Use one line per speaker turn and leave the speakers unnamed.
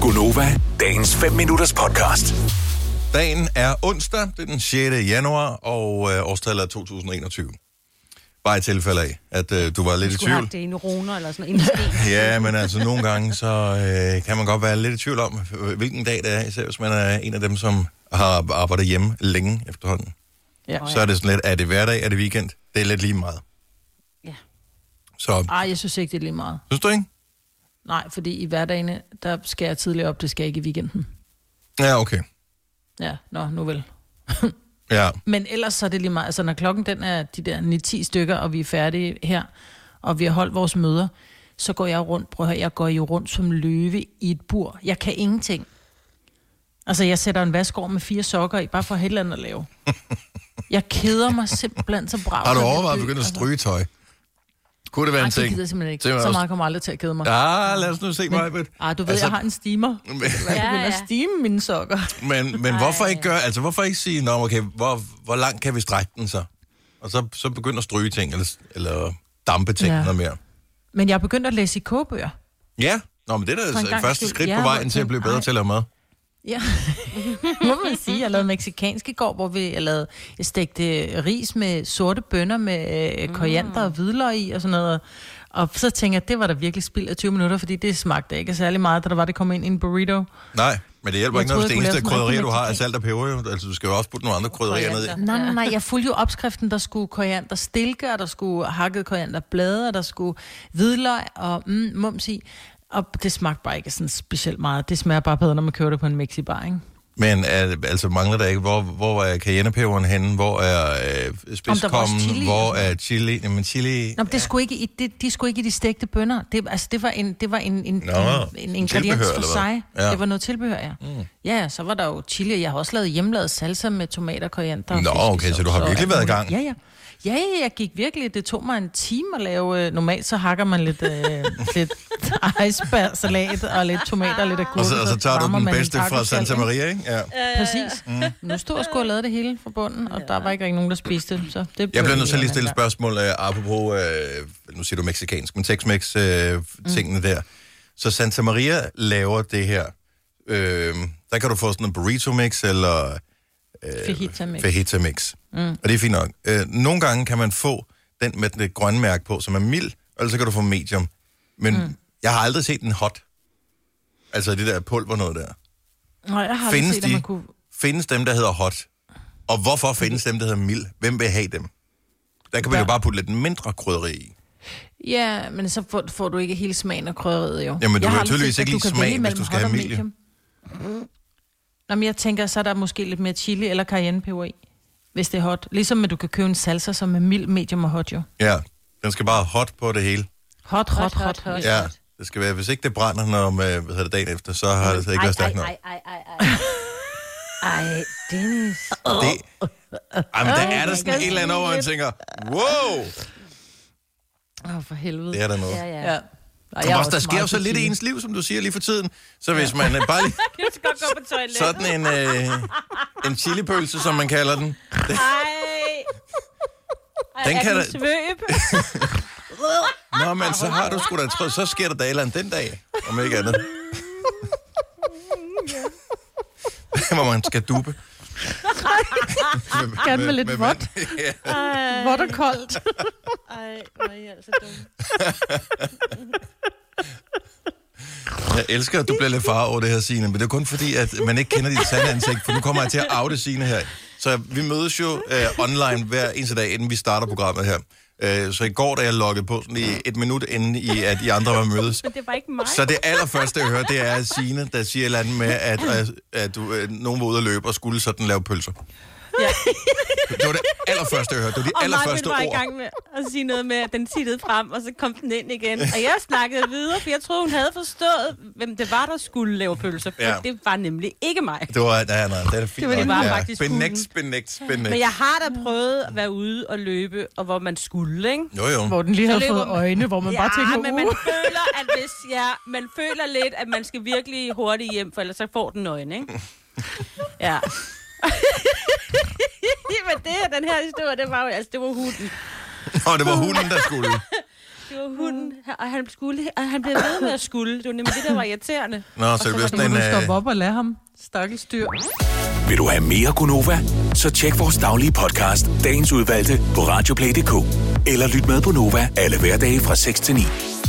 Gunova, dagens 5 minutters podcast.
Dagen er onsdag, det er den 6. januar, og øh, årstallet er 2021. Bare i tilfælde af, at øh, du var lidt i
skulle have
tvivl.
haft det i en runer eller sådan noget. En sten.
Ja, men altså nogle gange, så øh, kan man godt være lidt i tvivl om, øh, hvilken dag det er, især hvis man er en af dem, som har arbejdet hjemme længe efterhånden.
Ja.
Så er det sådan lidt, er det hverdag, er det weekend? Det er lidt lige meget.
Ja.
Så,
Ej, jeg synes ikke, det er lige meget.
synes du ikke?
Nej, fordi i hverdagene, der skal jeg tidligere op, det skal jeg ikke i weekenden.
Ja, okay.
Ja, nå, nu vel.
Ja,
Men ellers så er det lige meget. Altså, når klokken den er de der 9-10 stykker, og vi er færdige her, og vi har holdt vores møder, så går jeg rundt, prøv at høre, jeg går jo rundt som løve i et bur. Jeg kan ingenting. Altså, jeg sætter en vaskår med fire sokker i, bare for at have et eller andet at lave. Jeg keder mig simpelthen så bravt.
har du
når jeg
overvejet at
dø.
begynde at
Altså,
stryge tøj? Kunne det være
Ej,
en
det
ting?
gider jeg simpelthen ikke.
Det var
Så
også-
meget kommer jeg aldrig til at kede mig.
Ah, lad os nu se, Majbet.
Ah, du
Altså-
ved, altså... jeg har en steamer. Jeg
Ja,
begynder
ja.
at steame mine sokker.
Men, men hvorfor ikke gøre, altså hvorfor ikke sige, Nå, okay, hvor, hvor langt kan vi strække den så? Og så, så begynde at stryge ting, eller, eller dampe ting ja.
Ja.
noget mere.
Men jeg er begyndt at læse i kogebøger.
Ja, Nå, men det er da
For en
altså et
gangs
første
skyld.
skridt
Ja,
på
hvor
vejen
jeg
til at blive
tænkte,
bedre
ej.
til at lave mad.
Ja. Må man sige, jeg lavede mexikansk i går, hvor vi jeg lavede, jeg stegte ris med sorte bønner med øh, koriander og hvidløg i og sådan noget. Og så tænkte jeg, det var da virkelig spild af 20 minutter, fordi det smagte ikke særlig meget, da der var, det kom ind i en burrito.
Nej, men det hjælper
Jeg
ikke noget,
troede,
hvis det
jeg kunne
eneste
lave sådan en
krydderier,
rigtig
du har, er
mexikansk.
salt og peber. jo. Altså, du skal jo også putte nogle andre krydderier ned i.
Nej, nej, nej, jeg fulgte jo opskriften, der skulle koriander stilke, og der skulle hakket koriander blade, og der skulle hvidløg og mm, mums i. Og det smagte bare ikke sådan specielt meget. Det smager bare bedre, når man kører det på en mexibar, ikke?
Men er, altså mangler der ikke, hvor, hvor er cayennepeberen henne, hvor er øh, spidskommen,
chili og
hvor
sådan
er chili, jamen chili,
Nå, men det skulle ikke i, det, de skulle ikke i de stegte bønner. Det, altså, det var en, det var en, en,
Nå,
en, en ingrediens
tilbehør,
for
eller
sig.
hvad? Ja.
Ja. Det var noget tilbehør, ja. Mm. Ja, så var der jo chili, og jeg har også lavet hjemmelavet salsa med tomater, koriander og
Nå,
fiskesovs
okay, så du har
og alt
virkelig været i
muligt.
gang.
Ja, ja. Ja, ja, jeg gik virkelig. Det tog mig en time at lave... øh, Normalt så hakker man lidt, øh, lidt icebergsalat og lidt tomater og lidt agurk.
og så, og så tager du
varmer
den
man en
bedste fra
hakkeskal,
Santa
ikke?
Maria, ikke? Ja.
Præcis. Mm. Nu stod jeg sgu og lavede det hele fra bunden, og der var ikke rigtig nogen, der spiste det. Så det
Jeg
blev
bliver nødt til at
en
lige stille et
anden gang.
spørgsmål, øh, apropos, øh, nu siger du meksikansk, men Tex-Mex-tingene der. Så Santa Maria laver det her. Øh, der kan du få sådan en burrito-mix eller
Fajita mix.
fajita-mix. Mm. Og det er fint nok. Øh, nogle gange kan man få den med det grønne mærke på, som er mild, eller så kan du få medium. Men mm. jeg har aldrig set en hot. Altså det der pulver noget der.
Nej, jeg har aldrig
Findes,
set, at
de,
man kunne...
findes dem, der hedder hot? Og hvorfor findes dem, der hedder mild? Hvem vil have dem? Der kan man jo
Ja.
bare putte lidt mindre krydderi i.
Ja, men så får, får du ikke hele smagen af krydderiet jo.
Jamen, du
Jeg
kan
har aldrig
tydeligvis
set,
ikke
at
lide
kan
smagen,
vælge
hvis
mellem
du skal
hot
have
og
medium.
Nå, men jeg tænker, så er der måske lidt mere chili eller cayennepeber i, hvis det er hot. Ligesom at du kan købe en salsa, som er mild, medium og hot jo.
Ja, den skal bare hot på det hele.
Hot, hot, hot.
hot,
hot,
hot.
Ja, det skal være. Hvis ikke det brænder, når øh, hvad hedder det, dagen efter, så har det altså ikke været stærkt nok.
ej, ej, ej, ej. Ej, Dennis.
Det, ej, men der er der
det
sådan
kan
et eller andet over, og man tænker, wow,
Åh, oh, for helvede.
det er der noget.
Ja, ja.
Ja. Ej, jeg
Men
er
også, der
også
sker jo
meget
så
til
lidt i
chili.
ens liv, som du siger lige for tiden. Så hvis man øh, bare lige
Jeg skal godt gå på toilettet.
sådan en, øh, en chilipølse, som man kalder den,
Ej. Ej,
Den
er
kan
du
da-
svøb?
Nå, men så har du sgu da troet, så sker der da et eller andet den dag, om ikke andet. Hvor man skal dupe.
Gerne med lidt vådt. Vådt og koldt.
Ej, hvor er I altså dumme.
Jeg elsker, at du bliver lidt far over det her, Signe, men det er kun fordi, at man ikke kender dit sande ansigt, for nu kommer jeg til at oute Signe her. Så vi mødes jo øh, online hver eneste dag, inden vi starter programmet her. Øh, så i går, da jeg loggede på sådan lige et minut inden, i, at I andre var mødes,
Men det var ikke mig.
så det allerførste, jeg hører, det er Signe, der siger et eller andet med, at, at, at du, øh, nogen var ude at løbe og skulle sådan lave pølser.
Ja.
Det var det allerførste, jeg hørte. Det var de
Og Martin
allerførste
var i
ord.
gang med at sige noget med, at den tittede frem, og så kom den ind igen. Og jeg snakkede videre, for jeg troede, hun havde forstået, hvem det var, der skulle lave pølser. For
Ja.
ja. det var nemlig ikke mig.
Det var, nej, nej, det er da fint.
Det var det
nok.
bare
Ja.
faktisk
Benægt, benægt, benægt.
Men jeg har da prøvet at være ude og løbe, og hvor man skulle, ikke?
Jo, jo.
Hvor den lige havde
løber
fået
man-
øjne, hvor man
ja,
bare tænker,
men
uh.
man føler, at hvis, ja, man føler lidt, at man skal virkelig hurtigt hjem, for ellers så får den øjne, ikke? Ja. men det her, den her historie, det var jo, altså, det var hunden.
Og det var hunden, der skulle.
det var hunden, og han, skulle, og han blev ved med at skulle. Det var nemlig det, der var irriterende.
Nå, så det bliver
Så
sådan
må
en...
du
Øh,
stoppe op og lade ham. Stakkels dyr.
Vil du have mere Gunova? Så tjek vores daglige podcast, dagens udvalgte, på radioplay.dk. Eller lyt med på Nova alle hverdage fra 6 til 9.